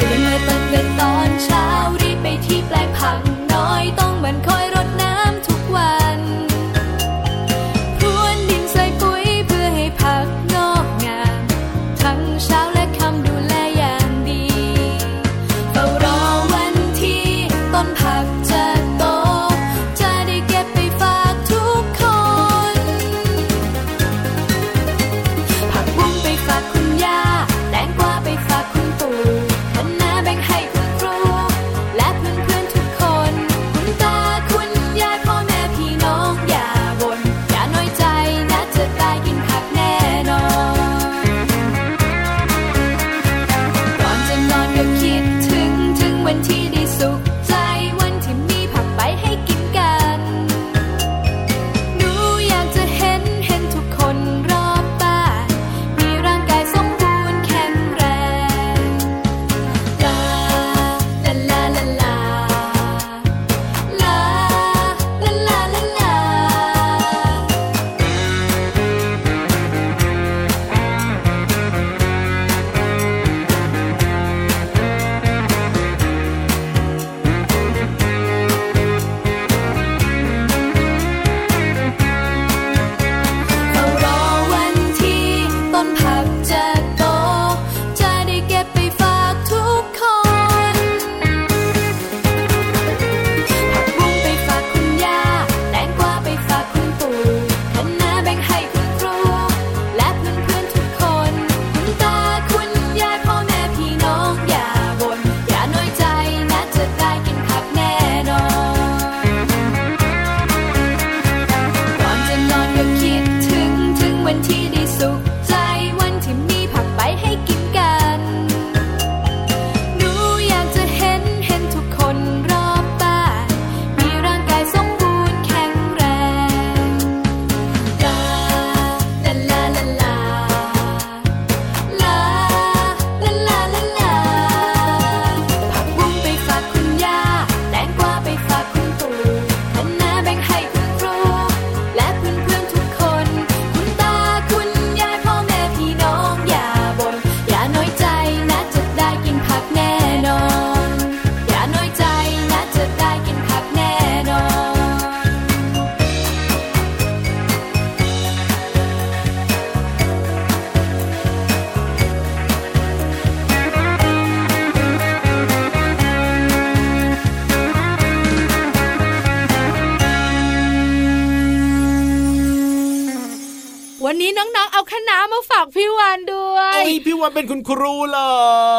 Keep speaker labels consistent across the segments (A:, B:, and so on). A: ตื่นมาตอนเกิดตอนเช้ารีบไปที่แปลงผักน้อยต้องหมันคอยรดน้ำทุกวันพรวนดินใส่ปุ๋ยเพื่อให้ผักงอกงาม ทั้งเช้าและค่ำดูแลอย่างดีเฝ้ารอวันที่ต้นผักจะโต จะได้เก็บไปฝากทุกคน ผักบุ้งไปฝากคุณย่าแตงกวาไปฝากคุณปู่คะน้าแบ่งให้คุณครู และเพื่อนๆทุกคน คุณตาคุณยายพ่อแม่พี่น้องอย่าบ่นอย่าน้อยใจนะจะตายกินผักแน่นอน ก่อนจะนอนก็คิดถึงถึงวันที่ได้สุขใจวันที่มีผักใบให้กินกัน หนูอยากจะเห็นเห็นทุกคนรอบบ้านมีร่างกายสมบูรณ์แข็งแรงลาลาลาลาลาลาลาลาลาลา เฝ้ารอวันที่ต้นผักจะโต จะได้เก็บไปฝากทุกคน ผักบุ้งไปฝากคุณย่าแตงกวาไปฝากคุณปู่คะน้าแบ่งให้คุณครู และเพื่อนๆทุกคน คุณตาคุณยายพ่อแม่พี่น้องอย่าบ่นอย่าน้อยใจนะจะได้กินผักแน่นอน ก่อนจะนอนก็คิดถึงถึงวันที่ได้สุขใจวันที่มีผักใบให้กินกัน หนูอยากจะเห็นเห็นทุกคนรอบบ้านมีร่างกายสมบูรณ์แข็งแรงลาลาลาลาลาลาลาลาลาลา ผักบุ้งไปฝากคุณย่าแตงกวาไปฝากคุณปู่คะน้าแบ่งให้คุณครู และเพื่อนๆทุกคน คุณตาคุณยายพ่อแม่พี่น้องอย่าบ่นอย่าน้อยใจนะจะได้กินผักแน่นอน อย่าน้อยใจนะจะได้กินผักแน่นอน
B: วันนี้น้องๆ เอาคะน้ามาฝากพี่วานด้วย
C: เอ้ยพี่วันเป็นคุณครูเหรอ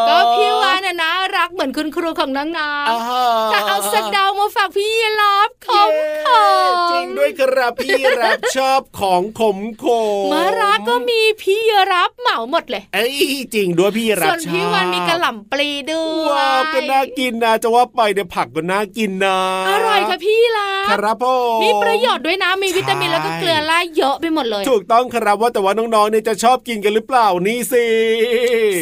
B: ก็พี่วานน่ะนะรักเหมือนคุณครูของน้อง
C: อ่า
B: ๆแต่เอาสะเดามาฝากพี่ยีรับขมข
C: เย้
B: ม
C: จริงด้วยครับพี่รับชอบของขมขม
B: มะระก็มีพี่ยีรับเหมาหมดเลย
C: เอ้ยจริงด้วยพี่รับ
B: ส่วน
C: ชอบ
B: พี่วานมีกระหล่ำปลีด้วย
C: ว้าวก็น่ากินนะจะว่าไปเดี๋ยวผักก็น่ากินนะ
B: อร่อยค่ะพี่ยีรั
C: ค
B: บ
C: รับผม
B: มีประโยชน์ด้วยนะมีวิตามิน
C: ใช่
B: แล้วก็เกลือแร่เยอะไปหมดเลย
C: ถูกต้องครับว่าแต่ว่าน้องๆเนี่ยจะชอบกินกันหรือเปล่านี่สิ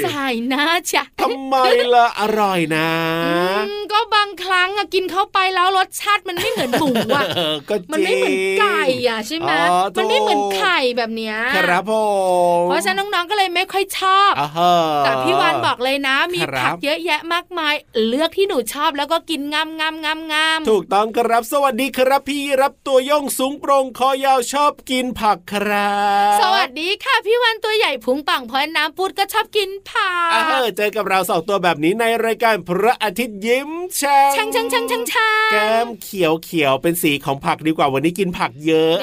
B: สายหน้าจ้ะ
C: ทำไมล่ะอร่อยนะ
B: อืมก็บางครั้งอะกินเข้าไปแล้วรสชาติมันไม่เหมือนหมูอะ
C: เออก็
B: มันไม่เหมือนไก่อ่ะใช่ไหม
C: อ๋อถูก
B: มันไม่เหมือนไข่แบบเนี้ย
C: ครับผม
B: เพราะฉะนั้นน้องๆ ก็เลยไม่ค่อยชอบ
C: อ่าฮะ
B: แต่พี่วานบอกเลยนะ มี
C: ครับ
B: ผักเยอะแยะมากมาย เลือกที่หนูชอบแล้วก็กินงามงามงามงาม
C: ถูกต้องครับ สวัสดีครับพี่รับตัวโย่องสูงโปรงคอยาวชอบกินผักครับ
B: สวัสดีค่ะพี่วานตัวใหญ่พุงปังพอยน้ำปูดก็ชอบกินผัก
C: อ่าฮะเจอกับเราสองตัวแบบนี้ในรายการพระอาทิตย์ยิ้มแฉ่ง
B: ช่างช่างช่างช่างช่าง
C: แก้มเขียวเขียวๆเป็นสีของผักดีกว่าวันนี้กินผักเยอะ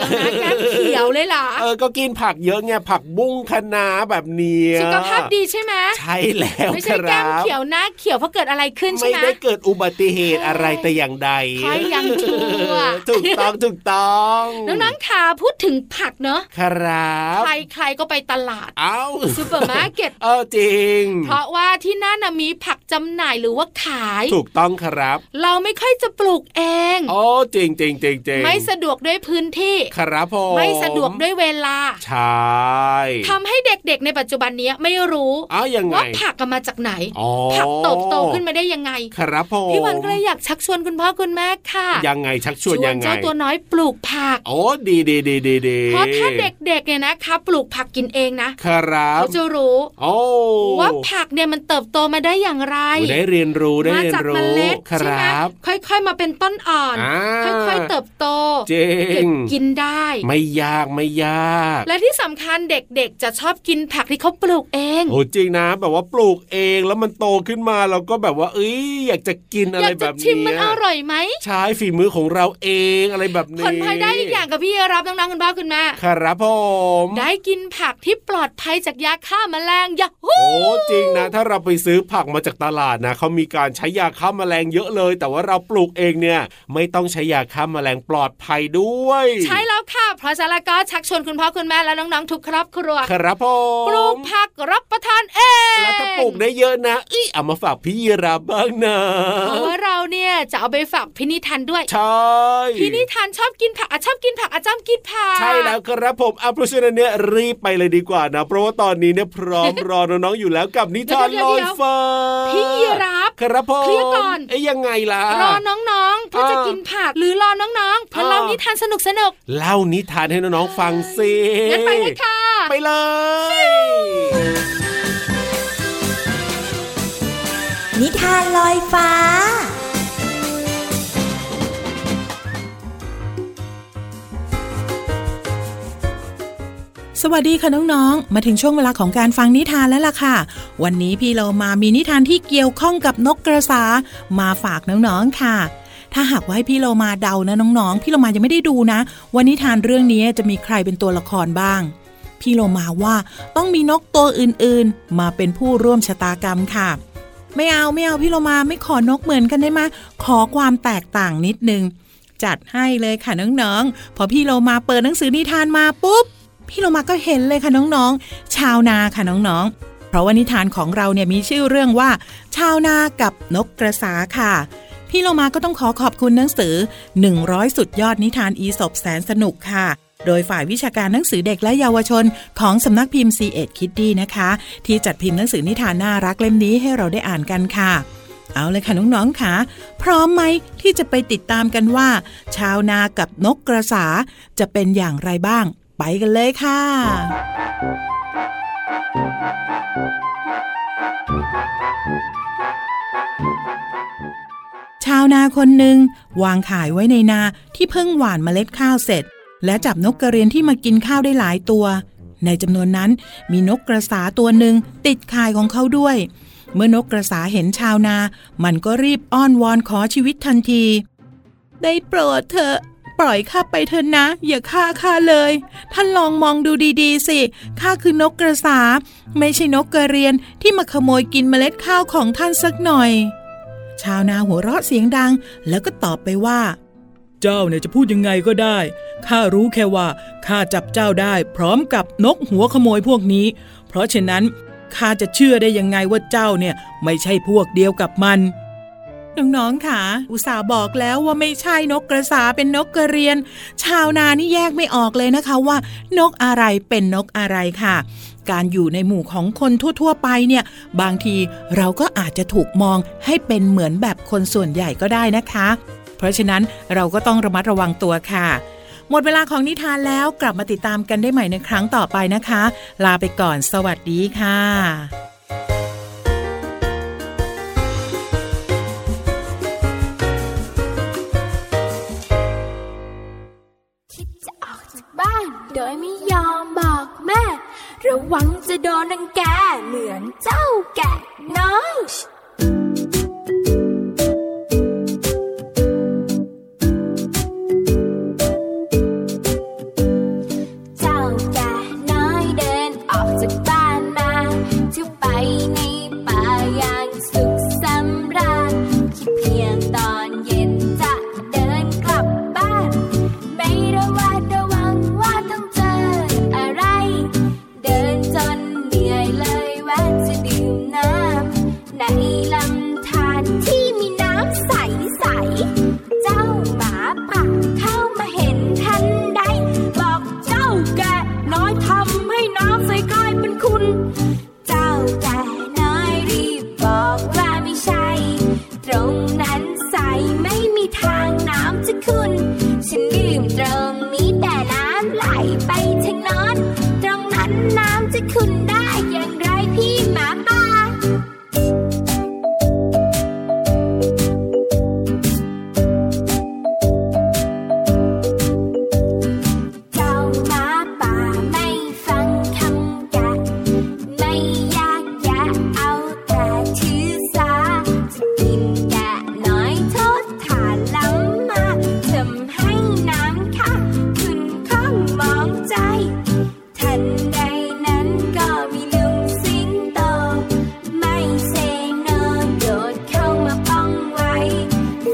B: เดี๋ยวนะแก้มเขียวเลยเหรอ
C: เออก็กินผักเยอะไงผักบุ้งคะน้าแบบเนี้ย
B: สุขภาพดีใช่ไหม
C: ใช่แล้ว
B: ไม่
C: ค
B: ใช่แก้
C: รั
B: ม
C: บ
B: เขียวนะเขียวเพราะเกิดอะไรขึ้นใช่
C: ไม่
B: ไหม
C: ได้เกิดอุบัติเหตุอะไรแต่อย่างใด
B: ใช่ยังชัวร์
C: ถูกต้องถูกต้อง
B: น้องๆขาพูดถึงผักเนอะ
C: ครับ
B: ใครใครๆก็ไปตลา ด
C: เอ้า
B: ซูเปอร์มาร์เก็ต
C: เออจริง
B: เพราะว่าที่นั่นน่ะมีผักจำหน่ายหรือว่าขาย
C: ถูกต้องครับ
B: เราไม่ค่อยจะปลูกเอง
C: โอ้จริงจริงจริงจริง
B: ไม่สะดวกด้วยพื้นที่
C: ครับผม
B: ไม่สะดวกด้วยเวลา
C: ใช่
B: ทำให้เ ด็ก ๆ ในปัจจุบันเนี้ยไม่รู้
C: อ้าวยังไง
B: ว่าผักอะมาจากไหน
C: อ๋อ
B: ผักตบโตขึ้นมาได้ยังไง
C: ครับผม
B: พี่วันก็เลยอยากชักชวนคุณพ่อคุณแม่ค่ะ
C: ยังไงชักชวนยังไง
B: เจ้าตัวน้อยปลูกผัก
C: โอ้ดีดีดีดีดี
B: เพราะถ้าเด็กๆเนี่ยนะคะ ปลูกผักกินเองนะครับ เขาจะรู้
C: โอ้
B: ว่าผักเนี่ยมันเติบโตมาได้อย่างไร
C: โอ้ได้เรียนรู้ได้
B: มา
C: เรีย
B: จาน ก
C: รู้
B: เมล็ด
C: ค
B: ใช่ไหม
C: รับ
B: ค่อยๆมาเป็นต้นอ่อน
C: อ่า
B: ค่อยๆเติบโต
C: จริ
B: เก็
C: ง
B: บกินได้
C: ไม่ยากไม่ยาก
B: และที่สำคัญเด็กๆ จะชอบกินผักที่เขาปลูกเอง
C: โอ้จริงนะแบบว่าปลูกเองแล้วมันโตขึ้นมาเราก็แบบว่าเอ้ยอยากจะกินอะ
B: อ
C: ไร
B: ยาก
C: แบ
B: จะ
C: บ
B: ชิม
C: เนี้
B: มันอย ร่อยไหม
C: ใช้ฝีมือของเราเองอะไรแบบนี้
B: ผลพลอยได้อีกอย่างกับพี่รับน้องๆคุณพ่อคุณแม่
C: ครับผม
B: ได้กินผักที่ปลอดภัยจากยาฆ่าแมลงยาฮู
C: โอ้จริงนะ ถ้าเราไปซื้อผักมาจากตลาดนะเขามีการใช้ยาฆ่าแมลงเยอะเลย แต่ว่าเราปลูกเองเนี่ย ไม่ต้องใช้ยาฆ่าแมลงปลอดภัยด้วย
B: ใช่แล้วค่ะ เพราะฉะนั้นแล้วก็ชักชวนคุณพ่อคุณแม่และน้องๆทุกครอบครัว
C: ครับผม
B: ปลูกผักรับประทานเอง
C: แล้วถ้าปลูกได้เยอะนะอีเอามาฝากพี่ยีราฟบ้างนะ
B: เพราะว่าเราเนี่ยจะเอาไปฝากพินิธันด้วย
C: ใช่
B: พินิธันชอบกินผักอะชอบกินผักอะจอมกินผัก
C: ใช่แล้วครับผมเอาเพราะฉะนั้นเนี่ยรีบไปเลยดีกว่านะเพราะว่าตอนนี้เนี่ยพร้อม รอน้องๆอยู่แล้วกับนิทานลอยฟ้า
B: พี่รับ
C: ครับผม
B: เคลียร์ก่อน
C: เอ้ยยังไงล่ะ
B: รอน้องๆเพื่อจะ
C: อ่า
B: กินผักหรือรอน้องๆเพื่อ
C: อ่า
B: เล่านิทานสนุกสนุก
C: เล่านิทานให้น้องๆฟังสิ
B: ๆงั้นไปเลยค่ะ
C: ไปเลย
D: นิทานลอยฟ้า
E: สวัสดีค่ะน้องๆ มาถึงช่วงเวลาของการฟังนิทานแล้วล่ะค่ะ วันนี้พี่เรามามีนิทานที่เกี่ยวข้องกับนกกระสามาฝากน้องๆค่ะ ถ้าหากว่าให้พี่เรามาเดานะน้องๆ พี่เรามายังไม่ได้ดูนะว่านิทานเรื่องนี้จะมีใครเป็นตัวละครบ้าง พี่เรามาว่าต้องมีนกตัวอื่นๆ มาเป็นผู้ร่วมชะตากรรมค่ะ ไม่เอาไม่เอาพี่เรามาไม่ขอนกเหมือนกันได้ไหมขอความแตกต่างนิดนึง จัดให้เลยค่ะน้องๆ พอพี่เรามาเปิดหนังสือนิทานมาปุ๊บ พี่โลมาก็เห็นเลยค่ะน้องๆ ชาวนาค่ะน้องๆ เพราะว่านิทานของเราเนี่ยมีชื่อเรื่องว่า ชาวนากับนกกระสาค่ะ พี่โลมาก็ต้องขอขอบคุณหนังสือ 100 สุดยอดนิทานอีสบแสนสนุกค่ะ โดยฝ่ายวิชาการหนังสือเด็กและเยาวชนของสำนักพิมพ์ c ีเอ็ดคิดดีนะคะ ที่จัดพิมพ์หนังสือนิทานน่ารักเล่มนี้ให้เราได้อ่านกันค่ะ เอาเลยค่ะน้องๆค่ะ พร้อมไหมที่จะไปติดตามกันว่า ชาวนากับนกกระสาจะเป็นอย่างไรบ้าง ไปกันเลยค่ะ ชาวนาคนหนึ่งวางขายไว้ในนาที่เพิ่งหว่านเมล็ดข้าวเสร็จ และจับนกกระเรียนที่มากินข้าวได้หลายตัว ในจำนวนนั้นมีนกกระสาตัวหนึ่งติดข่ายของเขาด้วย เมื่อนกกระสาเห็นชาวนา มันก็รีบอ้อนวอนขอชีวิตทันที ได้โปรดเถอะปล่อยข้าไปเถอะนะ อย่าฆ่าข้าเลย ท่านลองมองดูดีๆ สิข้าคือนกกระสา ไม่ใช่นกกระเรียนที่มาขโมยกินเมล็ดข้าวของท่านสักหน่อย ชาวนาหัวเราะเสียงดัง แล้วก็ตอบไปว่า เจ้าเนี่ยจะพูดยังไงก็ได้ข้ารู้แค่ว่าข้าจับเจ้าได้ พร้อมกับนกหัวขโมยพวกนี้ เพราะฉะนั้นข้าจะเชื่อได้ยังไงว่าเจ้าเนี่ยไม่ใช่พวกเดียวกับมัน น้องๆค่ะ อุตส่าห์บอกแล้วว่าไม่ใช่นกกระสาเป็นนกกระเรียน ชาวนานี่แยกไม่ออกเลยนะคะว่า นกอะไรเป็นนกอะไรค่ะ การอยู่ในหมู่ของคนทั่ว ๆ ไปเนี่ย บางทีเราก็อาจจะถูกมองให้เป็นเหมือนแบบคนส่วนใหญ่ก็ได้นะคะ เพราะฉะนั้นเราก็ต้องระมัดระวังตัวค่ะ หมดเวลาของนิทานแล้วกลับมาติดตามกันได้ใหม่ในครั้งต่อไปนะคะ ลาไปก่อนสวัสดีค่ะ
F: คิดจะออกจากบ้านโดยไม่ยอมบอกแม่ ระวังจะโดนนังแกเหมือนเจ้าแกะน้อย เจ้าแกะน้อยเดินออกจากบ้านมาเที่ยวไปในป่าอย่างสุขสำราญคิดเพียงตอนเย็นจะเดินกลับบ้าน ไม่ระแวดระวังว่าต้องเจออะไร เดินจนเหนื่อย คุณ เจ้าแต่น้อยรีบบอกว่าไม่ใช่ ตรงนั้นใสไม่มีทางน้ำจะขึ้น ฉันดื่มตรงนี้แต่น้ำไหลไปทางโนอนตรงนั้นน้ำจะขึ้นได้อย่างไรพี่หมาป่า เจ้าหมาป่าไม่ฟังคำแกะไม่อยากแยะเอาแต่ถือสาจะกินแกะน้อยโทษฐานล้ำมาทำให้น้ำข้างขึ้นข้างมองใจ ทันใดนั้นก็มีลุงสิงโต ไม่เซโนโดดเข้ามาป้องไว้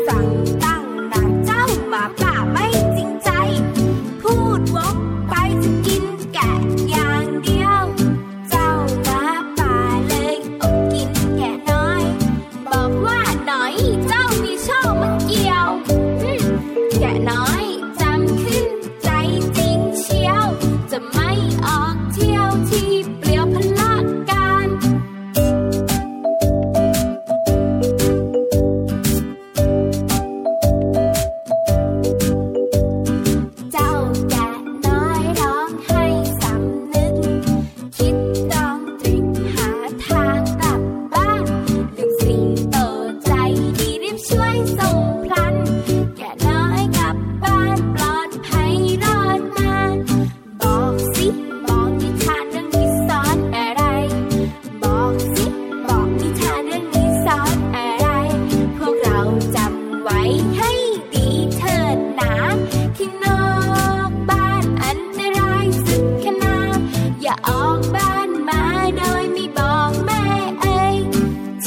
F: สั่งตั้งหนักเจ้าหมาป่าไม่จริงใจ พูดวกไปจะกินแกะอย่างเดียว เจ้าหมาป่าเลยอดกินแกะน้อย บอกว่าหน่อยเจ้ามีโชคมาเกี่ยวอืมแกะน้อยจำขึ้นใจจริงเชียว จะไม่ออกเที่ยวที่เปลี่ยวพละการ เจ้าแกะน้อยร้องให้สำนึก คิดตองตริกหาทางกลับบ้านลูกสิงโตใจดีรีบช่วยส่งพลัน แกะน้อยกลับบ้านปลอดภัยรอดมา บอกสิบอกนิทานเรื่องนี้สอนอะไร บอกสิบอกนิทานเรื่องนี้สอนอะไร พวกเราจำไว้ให้ดีเถิดหนาที่นอกบ้านอันตรายสุดขนาดอย่าออกบ้านมาโดยไม่บอกแม่เอ่ย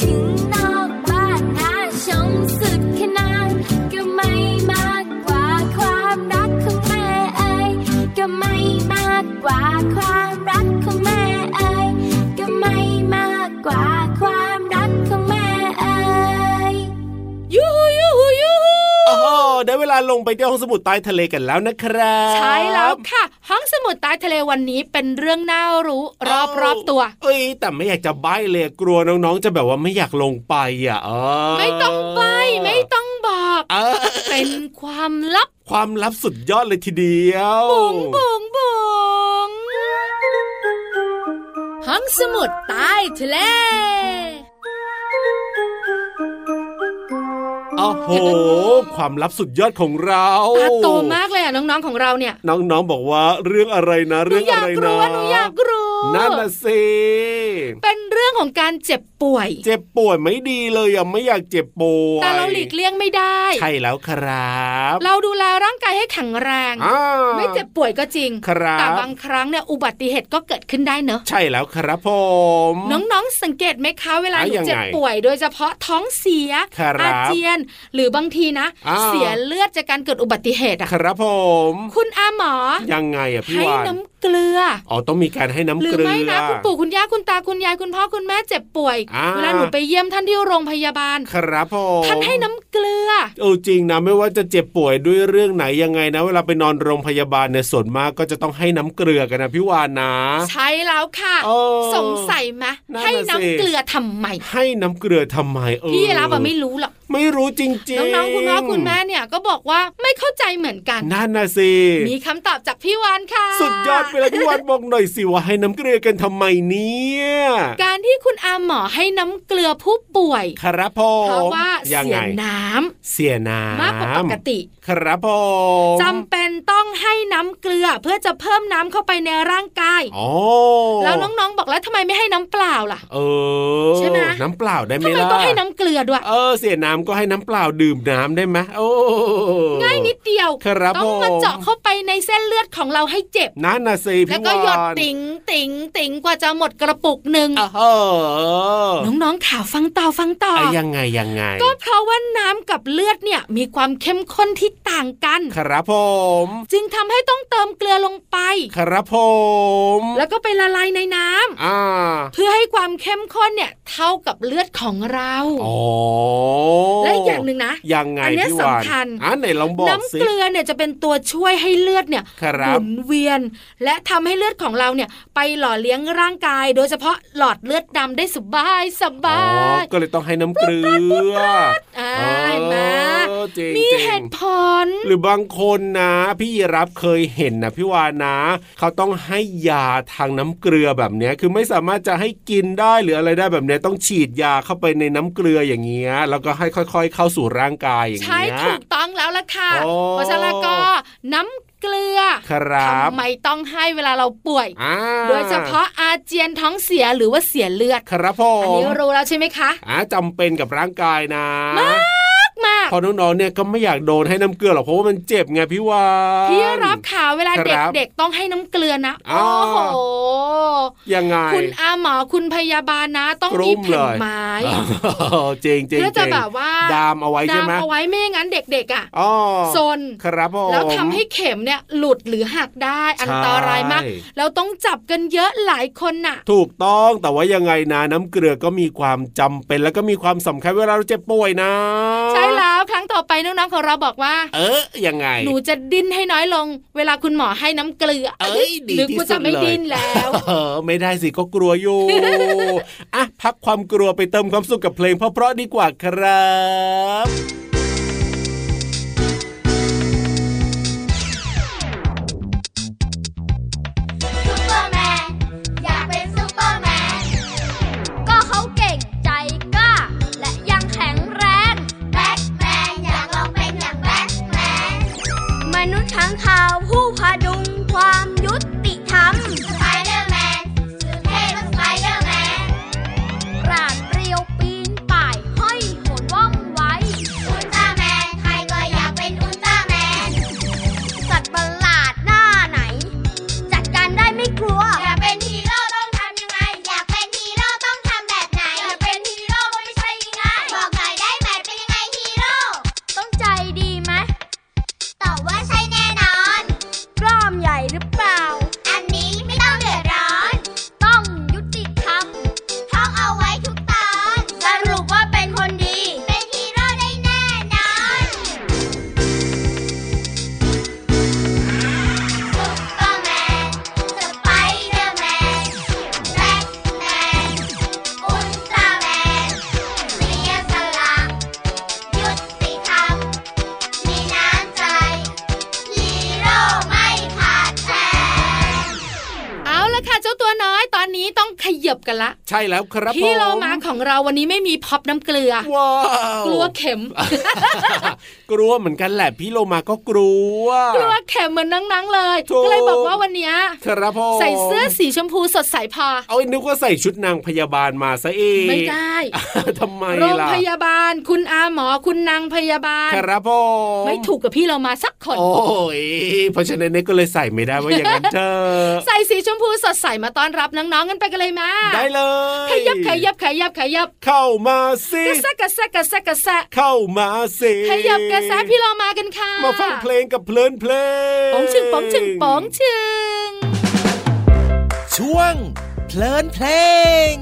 F: ถึงนอกบ้านนาชมสุดขนาดก็ไม่มากกว่าความรักของแม่เอ่ยก็ไม่มากกว่าความรักของแม่เอ่ยก็ไม่มากกว่าความรักของแม่เอ่ย
B: ยูฮูยูฮูยูฮู
C: โอ้โหได้เวลาลงไปที่ห้องสมุดใต้ทะเลกันแล้วนะครับ
B: ใช่แล้วค่ะ ห้องสมุดใต้ทะเลวันนี้เป็นเรื่องน่ารู้รอบรอบๆตัว
C: เอ้ย แต่ไม่อยากจะใบ้เลยกลัวน้องๆ จะแบบว่าไม่อยากลงไปอ่ะเออ
B: ไม่ต้องไปไม่ต้องบอก
C: เออ
B: เป็นความลับ
C: ความลับสุดยอดเลยทีเดียว
B: บงบงบงห้องสมุดใต้ทะเล
C: โอ้โห ความลับสุดยอดของเรา
B: ตาโตมากเลยอ่ะน้องๆของเราเนี่ย
C: น้องๆ บอกว่าเรื่องอะไรนะ
B: หนู
C: เรื่อง
B: อ
C: อะ
B: ยาก
C: ไรนะ
B: รู้ว่าหนูอยากรู้
C: นั่นน่ะสิ
B: เป็นเรื่องของการเจ็บป่วย
C: เจ็บป่วยไม่ดีเลยอ่ะไม่อยากเจ็บป่วย
B: แต่เราหลีกเลี่ยงไม่ได้
C: ใช่แล้วครับ
B: เราดูแลร่างกายให้แข็งแรง
C: อ้าว
B: ไม่เจ็บป่วยก็จริง
C: ครับ
B: แต่บางครั้งเนี่ยอุบัติเหตุก็เกิดขึ้นได้เนอะ
C: ใช่แล้วครับผม
B: น้องๆ สังเกตไหมคะเวลา
C: อ่ะ
B: หนู
C: ยังไง
B: เจ็บป่วย โดยเฉพาะท้องเสีย
C: ครับ
B: อาเจียน หรือบางทีนะ
C: อ่า
B: เสียเลือดจากการเกิดอุบัติเหตุอ่ะ
C: ครับผม
B: คุณอาหมอ
C: ยังไงอ่ะพี่
B: ให้
C: วาน
B: น้ำเกลือ
C: อ๋อต้องมีการให้น้ำ
B: หรื
C: เก
B: อ
C: ลือ
B: ไม่นะคุณปู่คุณย่าคุณตาคุณยายคุณพ่อคุณแม่เจ็บป่วย
C: อ่า
B: เวลาหนูไปเยี่ยมท่านที่โรงพยาบาล
C: ครับผม
B: ท่านให้น้ำเกลือ
C: เออจริงนะไม่ว่าจะเจ็บป่วยด้วยเรื่องไหนยังไงนะ เวลาไปนอนโรงพยาบาลเนี่ยส่วนมากก็จะต้องให้น้ำเกลือกันนะพี่วานนะ
B: ใช้แล้วค่ะ
C: เออ
B: สงสัยไหม
C: นั่นน่ะ
B: ให้น้ำ
C: สิ
B: เกลือทำไม
C: ให้น้ำเกลือทำไมเออ
B: พี่รับอะไม่รู้หรอก
C: ไม่รู้จริงๆ
B: น้องๆ คุณพ่อคุณแม่เนี่ยก็บอกว่าไม่เข้าใจเหมือนกัน
C: นั่นนะสิ
B: มีคำตอบจากพี่วานค่ะ
C: สุดยอดไปเลยพี่วานบอกหน่อยสิว่าให้น้ำเกลือกันทำไมเนี่ย
B: การที่คุณอาหมอให้น้ำเกลือผู้ป่วย
C: ครับผ
B: เพ
C: ม
B: ราะว่าง เสีย
C: ไง
B: น้ำ
C: เสียน้ำ
B: มากกว่าปกติ
C: ครับผม
B: จำเป็นต้องให้น้ำเกลือเพื่อจะเพิ่มน้ำเข้าไปในร่างกาย
C: อ๋อ
B: แล้วน้องๆ บอกแล้วทำไมไม่ให้น้ำเปล่าล่ะ
C: เออ
B: ใช่ไหม
C: น้ำเปล่าได้ไหม
B: ทำไม
C: ล่ะ
B: ต้องให้น้ำเกลือด้วย
C: เออเสียน้ำก็ให้น้ำเปล่าดื่มน้ำได้ไหมโอ้
B: ง่ายนิดเดียว
C: ครับ
B: ต้องมา
C: ผม
B: เจาะเข้าไปในเส้นเลือดของเราให้เจ็บ
C: นั่นน่ะสิพี่
B: แล้วก็หย
C: า
B: ด
C: น
B: ติ๋งติ๋งติ๋งกว่าจะหมดกระปุกหนึ่ง
C: เออเออ
B: น้องๆข่าวฟังต่อฟังต่อ
C: ไอ้ยังไงยังไง
B: ก็เพราะว่าน้ำกับเลือดเนี่ยมีความเข้มข้นที่ต่างกัน
C: ครับผม
B: จึงทำให้ต้องเติมเกลือลงไป
C: ครับผม
B: แล้วก็ไปละลายในน้ำ
C: อ่า
B: เพื่อให้ความเข้มข้นเนี่ยเท่ากับเลือดของเรา
C: อ๋อ
B: และอีกอย่างหนึ่งนะ
C: ยังไง
B: อันเนี้ย
C: พี่วาน
B: สำคัญ
C: อ่ะไหนลองบอก
B: น้ำ
C: สิ
B: เกลือเนี่ยจะเป็นตัวช่วยให้เลือดเนี่ย
C: ครับ
B: หมุนเวียน และทำให้เลือดของเราเนี่ยไปหล่อเลี้ยงร่างกาย โดยเฉพาะหลอดเลือดดำได้สบายส
C: อ๋อบ
B: าย
C: ก็เลยต้องให้น้ำเกลือ
B: อ่า
C: เออ
B: เห็นไหม
C: จริง
B: มี
C: จริง
B: เหตุผล
C: หรือบางคนนะ พี่รับเคยเห็นนะพี่วานนะ เขาต้องให้ยาทางน้ำเกลือแบบเนี้ยคือไม่สามารถจะให้กินได้หรืออะไรได้แบบเนี้ยต้องฉีดยาเข้าไปในน้ำเกลืออย่างเงี้ยแล้วก็ให้ค่อย ๆ เข้าสู่ร่างกายอย่าง
B: ใช่
C: เงี้ย
B: ถูกต้องแล้วล่ะค่ะ
C: โอ้
B: เพราะฉะนั้นก็น้ำเกลือ
C: ครับ
B: ทำไมต้องให้เวลาเราป่วย
C: อ่า
B: โดยเฉพาะอาเจียนท้องเสียหรือว่าเสียเลือด
C: ครับผ
B: อัน
C: ม
B: นี้รู้แล้วใช่ไหมคะ
C: อ่าจำเป็นกับร่างกายนะ
B: มาก มาก
C: พอน้องๆเนี่ยก็ไม่อยากโดนให้น้ำเกลือหรอกเพราะว่ามันเจ็บไงพี่วาน
B: พี่รับค่ะเวลา
C: ครับ
B: เด็กๆต้องให้น้ำเกลือนะ
C: อ๋อ
B: โอ้โห
C: ยังไง
B: คุณอาหมอคุณพยาบาลนะ ต้อง
C: ก
B: มี
C: รุ่ม
B: แผ่
C: เล
B: น
C: ย
B: ไม้
C: อ๋อจริงๆจริง
B: เพื่อจะแบบว่า
C: ดามเอาไว้ใช่ไหม
B: ดามเอาไว้ไม่งั้นเด็กๆอ่ะ
C: อ๋อ
B: ซน
C: ครับผม
B: แล้วทำให้เข็มเนี่ยหลุดหรือหักได้อันตรายมาก
C: ใช่
B: แล้วต้องจับกันเยอะหลายคนน่ะ
C: ถูกต้องแต่ว่ายังไงนะน้ำเกลือก็มีความจำเป็น แล้วก็มีความสำคัญเวลาเราเจ็บป่วยนะ
B: ใช่แล้วครั้งต่อไปน้องๆของเราบอกว่า
C: เออยังไง
B: หนูจะดิ้นให้น้อยลง เวลาคุณหมอให้น้ำเกลือ
C: เอ้ยดี
B: หรือกู
C: ที่สุ
B: จะ
C: ด
B: ไม่
C: เลย
B: ดิ้นแล้ว
C: เออไม่ได้สิก็กลัวอยู่ อ่ะพักความกลัวไปเติมความสุขกับเพลงเพราะๆดีกว่าครับ
G: ซุปเปอร์แมน อยากเป็นซุปเปอร์แมน ก็เขาเก่งใจกล้า และยังแข็งแรง แบทแมน อยากลองเป็นอย่างแบทแมน มนุษย์ทั้งข่าวผู้พาดุงความยุติธรรม สไปเดอร์แมน สุดเท่ก็สไปเดอร์แมนปราดเปรียวปีนป่ายห้อยโหนว่องไว อุลตร้าแมน ใครก็อยากเป็นอุลตร้าแมน สัตว์ประหลาดหน้าไหน จัดการได้ไม่กลัว อยากเป็นฮีโร่ต้องทำยังไง อยากเป็นฮีโร่ต้องทำแบบไหน อยากเป็นฮีโร่ก็ไม่ใช่ง่ายบอกหน่อยได้ไหมเป็นยังไงฮีโร่ ต้องใจดีไหมตอบว่าใช่แน่นอน กล้ามใหญ่หรือเปล่า อันนี้ไม่ต้องเดือดร้อน ต้องยุติธรรมท่องเอาไว้ทุกตอน สรุปว่าเป็นคนดี เป็นฮีโร่ได้แน่นอน ซุปเปอร์แมน สไปเดอร์แมน แบทแมน อุลตร้าแมน เสียสละ ยุติธรรม มีน้ำใจ ฮีโร่ไม่ขาดแคลน
B: เอาละค่ะเจ้าตัวน้อยตอนนี้ต้องขยับกันละ
C: ใช่แล้วครับ
B: พี่เรา
C: ผ
B: มาของเราวันนี้ไม่มีพ็อปน้ำเกลือ
C: ว้าว
B: กลัวเข็ม
C: กลัวเหมือนกันแหละพี่โลมาก็กลัว
B: กลัวเข็มเหมือนนังๆเลย
C: ถูก
B: ก็เลยบอกว่าวันเนี้ย
C: ครับผม
B: ใส่เสื้อสีชมพูสดใสพอ
C: เอาไอ้นึกว่าใส่ชุดนางพยาบาลมาซะเอง
B: ไม่ได้
C: ทำไม
B: โรง
C: ล่ะ
B: พยาบาล คุณอาหมอคุณนางพยาบาล
C: ครับผม
B: ไม่ถูกกับพี่เรามาสักคน
C: โอ้ยเพราะฉะนั้นเนี่ยก็เลยใส่ไม่ได้ว่าอย่างนั้นเธอะ
B: ใส่สีชมพูสดใสมาต้อนรับน้องๆกันไปกันเลยมา
C: ได้เลย
B: ขยับขยับขยับขยับ
C: เข้ามาสิ
B: กระแซะกระแซะกระแซะกระแซะ
C: เข้ามาสิ
B: ขยับกระแซะพี่เรามากันค่ะ
C: มาฟังเพลงกับเพลินเพลง
B: ป๋องชึงป๋องชึงป๋องชึง
H: ช่วง เพลินเพลง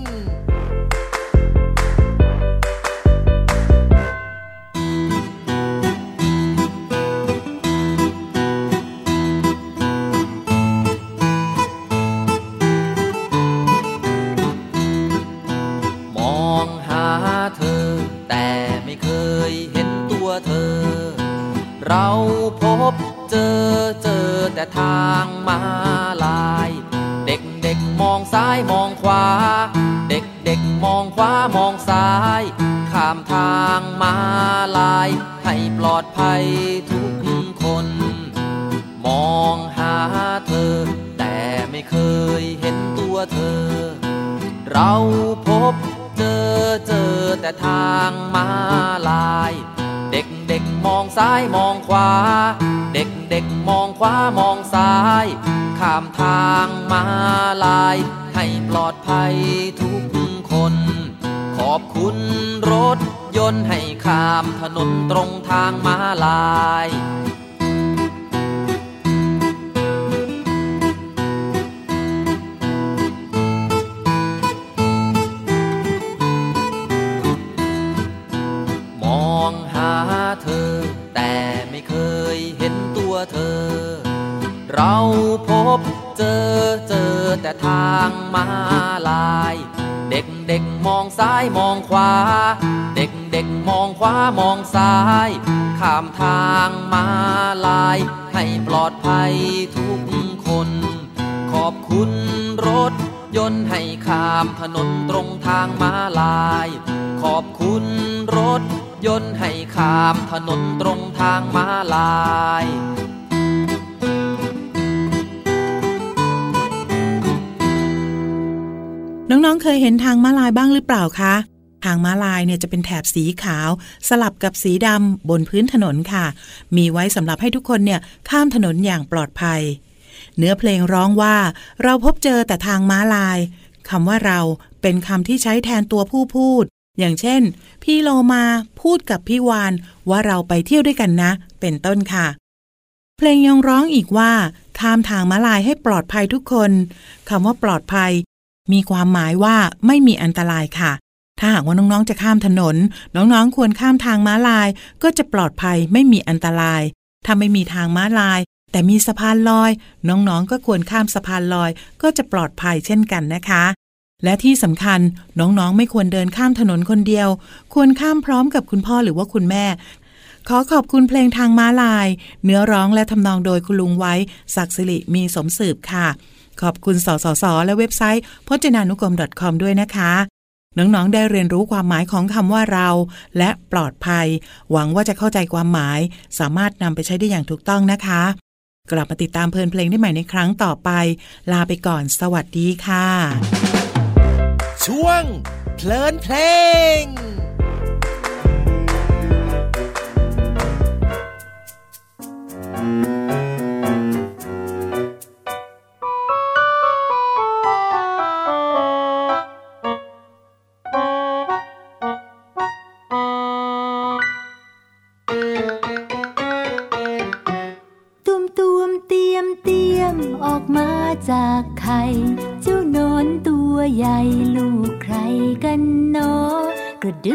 I: มองหาเธอ แต่ไม่เคยเห็นตัวเธอ เราพบเจอเจอแต่ทางมาลาย เด็กเด็กๆมองซ้ายมองขวา เด็กเด็กๆมองขวามองซ้าย ข้ามทางมาลาย ให้ปลอดภัยทุกคน มองหาเธอ แต่ไม่เคยเห็นตัวเธอ เราพบเจอเจอแต่ทางมาลาย เด็กเด็กๆมองซ้ายมองขวา เด็กเด็กๆมองขวามองซ้าย ข้ามทางมาลาย ให้ปลอดภัยทุกคน ขอบคุณรถยนต์ให้ข้ามถนนตรงทางมาลาย
C: เ
I: มาลาย เด็กเด็กๆมองซ้ายมองขวา เด็กเด็กๆมองขวามองซ้าย ข้ามทางมาลาย ให้ปลอดภัยทุกคน ขอบคุณรถยนต์ให้ข้ามถนนตรงทางมาลาย ขอบคุณรถยนต์ให้ข้ามถนนตรงทางมาลาย
E: น้องๆ เคยเห็นทางม้าลายบ้างหรือเปล่าคะ ทางม้าลายเนี่ยจะเป็นแถบสีขาว สลับกับสีดำบนพื้นถนนค่ะ มีไว้สำหรับให้ทุกคนเนี่ยข้ามถนนอย่างปลอดภัย เนื้อเพลงร้องว่า เราพบเจอแต่ทางม้าลายคำว่าเราเป็นคำที่ใช้แทนตัวผู้พูด อย่างเช่น พี่โลมาพูดกับพี่วาน ว่าเราไปเที่ยวด้วยกันนะ เป็นต้นค่ะ เพลงยังร้องอีกว่า ข้ามทางม้าลายให้ปลอดภัยทุกคนคำว่าปลอดภัย มีความหมายว่าไม่มีอันตรายค่ะ ถ้าหากว่าน้องๆ จะข้ามถนน น้องๆ ควรข้ามทางม้าลาย ก็จะปลอดภัยไม่มีอันตราย ถ้าไม่มีทางม้าลาย แต่มีสะพานลอย น้องๆ ก็ควรข้ามสะพานลอย ก็จะปลอดภัยเช่นกันนะคะ และที่สำคัญน้องๆ ไม่ควรเดินข้ามถนนคนเดียว ควรข้ามพร้อมกับคุณพ่อหรือว่าคุณแม่ ขอขอบคุณเพลงทางม้าลาย เนื้อร้องและทำนองโดยคุณลุงไว้ ศักดิ์สิริมีสมสืบค่ะ ขอบคุณสสส และเว็บไซต์พจนานุกรม .com ด้วยนะคะ น้องๆ ได้เรียนรู้ความหมายของคำว่าเรา และปลอดภัย หวังว่าจะเข้าใจความหมาย สามารถนำไปใช้ได้อย่างถูกต้องนะคะ กลับมาติดตามเพลินเพลงได้ใหม่ในครั้งต่อไป ลาไปก่อน สวัสดีค่ะ
H: ช่วง เพลินเพลง
J: ตุมตุมๆเตรียมเตรียมๆออกมาจากไข่เจ้าหนอนตัวใหญ่ลูกใครกันเนาะกระดึ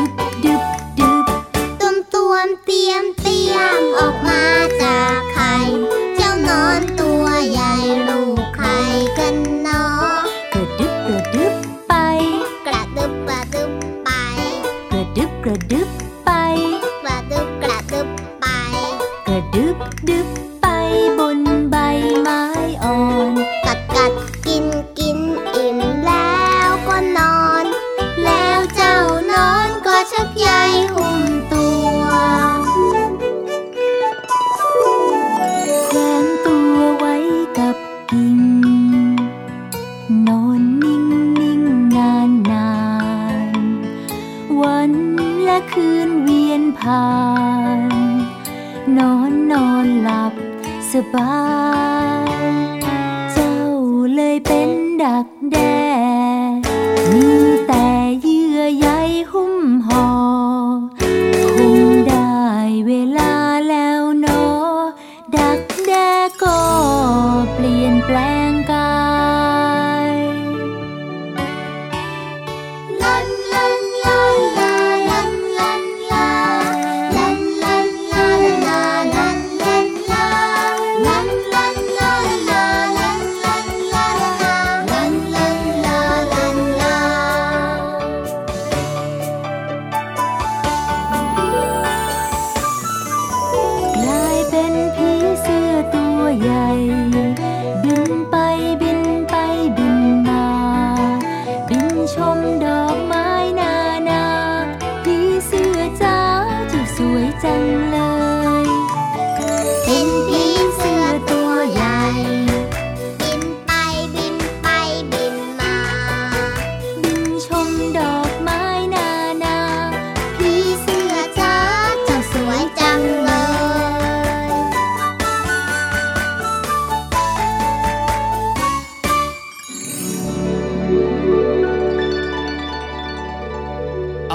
J: ึบดึบดึบ
K: ตุมตวมเตรียมเตรียมออกมาจากไข่เจ้านอนตัวใหญ่ลูกไข่กันเนาะ
J: กระดึบกระดึบไป
K: กระดึบกระดึบไป
J: กระดึบกระดึบไป
K: กระดึบกระดึบไป
J: กระดึบดึบไปบนใบไม้อ่อน
K: กัดกัดกินกินอิ่มแล้วก็นอน แล้วเจ้านอนก็ชักใยหุ้มตัว
J: แขวนตัวไว้กับกิ่ง นอนนิ่งนิ่งนานนานวันและคืนเวียนผ่าน นอนนอนหลับสบาย เจ้าเลยเป็นดักแด้ มีแต่เยื่อใยหุ้มห่อ คงได้เวลาแล้วเนอ ดักแด้ก็เปลี่ยนแปลงกาย
K: ลันลันลาลาลันลันลาลันลันลาลาลันลันลาลันลัน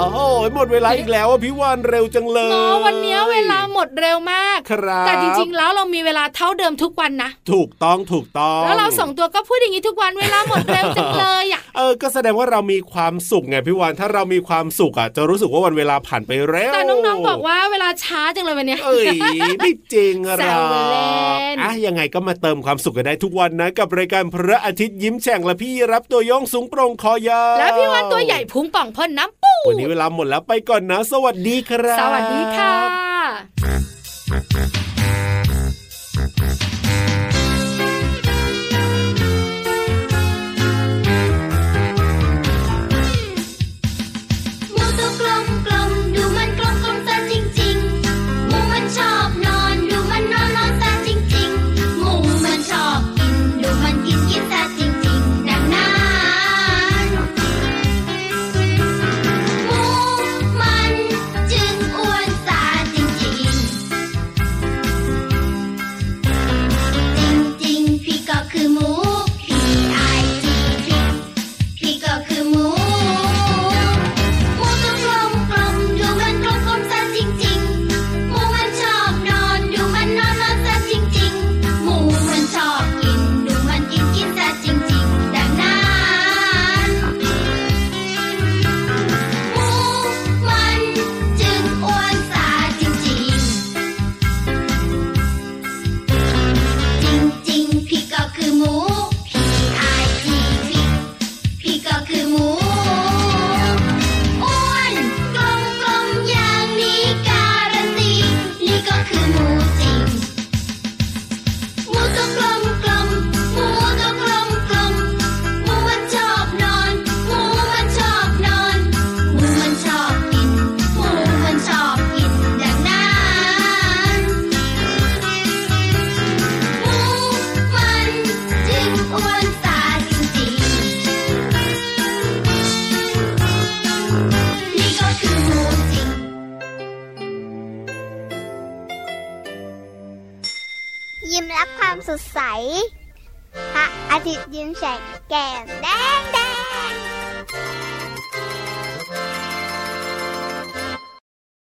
C: โอ้โหหมดเวลาอีกแล้วอ่ะพี่วานเร็วจังเลย
B: เนาะวันเนี้ยเวลาหมดเร็วมาก
C: ครับ
B: แต่จริงๆ แล้วเรามีเวลาเท่าเดิมทุกวันนะ
C: ถูกต้องถูกต้อง
B: แล้วเราสองตัวก็พูดอย่างนี้ทุกวันเวลาหมดเร็วจังเลยอ่ะ
C: เออก็แสดงว่าเรามีความสุขไงพี่วานถ้าเรามีความสุขอ่ะจะรู้สึกว่าวันเวลาผ่านไปเร็ว
B: แต่น้องๆ บอกว่าเวลาช้าจังเลยวันเนี้ย
C: เอ้ยไม่จริงหร
B: แซ
C: อ
B: วเล่
C: ก
B: น
C: อ่ะยังไงก็มาเติมความสุขกันได้ทุกวันนะ กับรายการพระอาทิตย์ยิ้มแฉ่งและพี่รับตัวโยงสูงโปร่งคอยาว
B: แล้วพี่วันตัวใหญ่พุงป่องพ่นน้ำปู
C: วันนี้เวลาหมดแล้วไปก่อนนะ สวัสดีครับ
B: สวัสดีค่ะ
G: หมูตัวกลมกลมดูมันกลมกลมซะจริงๆหมูมันชอบนอนดูมันนอนนอนซะจริงๆหมูมันชอบกินดูมันกินกินซะจริงๆดังนั้นหมูมันจึงอ้วนซะจริงๆ จริงๆ พี่ก็คือหมู P I G พี่ก็คือหมู หมูตัวกลมกลมดูมันกลมกลมซะจริงๆ หมูมันชอบนอนดูมันนอนนอนซะจริงๆ หมูมันชอบกินดูมันกินกินซะจริงๆ ดังนั้นหมูมันจึงอ้วนซะจริงๆ จริงๆ พี่ก็คือหมู P I G พี่พี่ก็คือหมู อ้วนกลมกลมอย่างนี้การันตีนี่ก็คือหมูจริงหมูตัวกลมกลมหมูตัวกลมกลมหมูมันชอบนอนหมูมันชอบนอนหมูมันชอบกินหมูมันชอบกินดังนั้นหมูมันจึงอ้วนตาจริงๆ นี่ก็คือหมูจริง
L: ยิ้มรับความสดใส พระอาทิตย์ยิ้มแฉกแก้มแดงแดง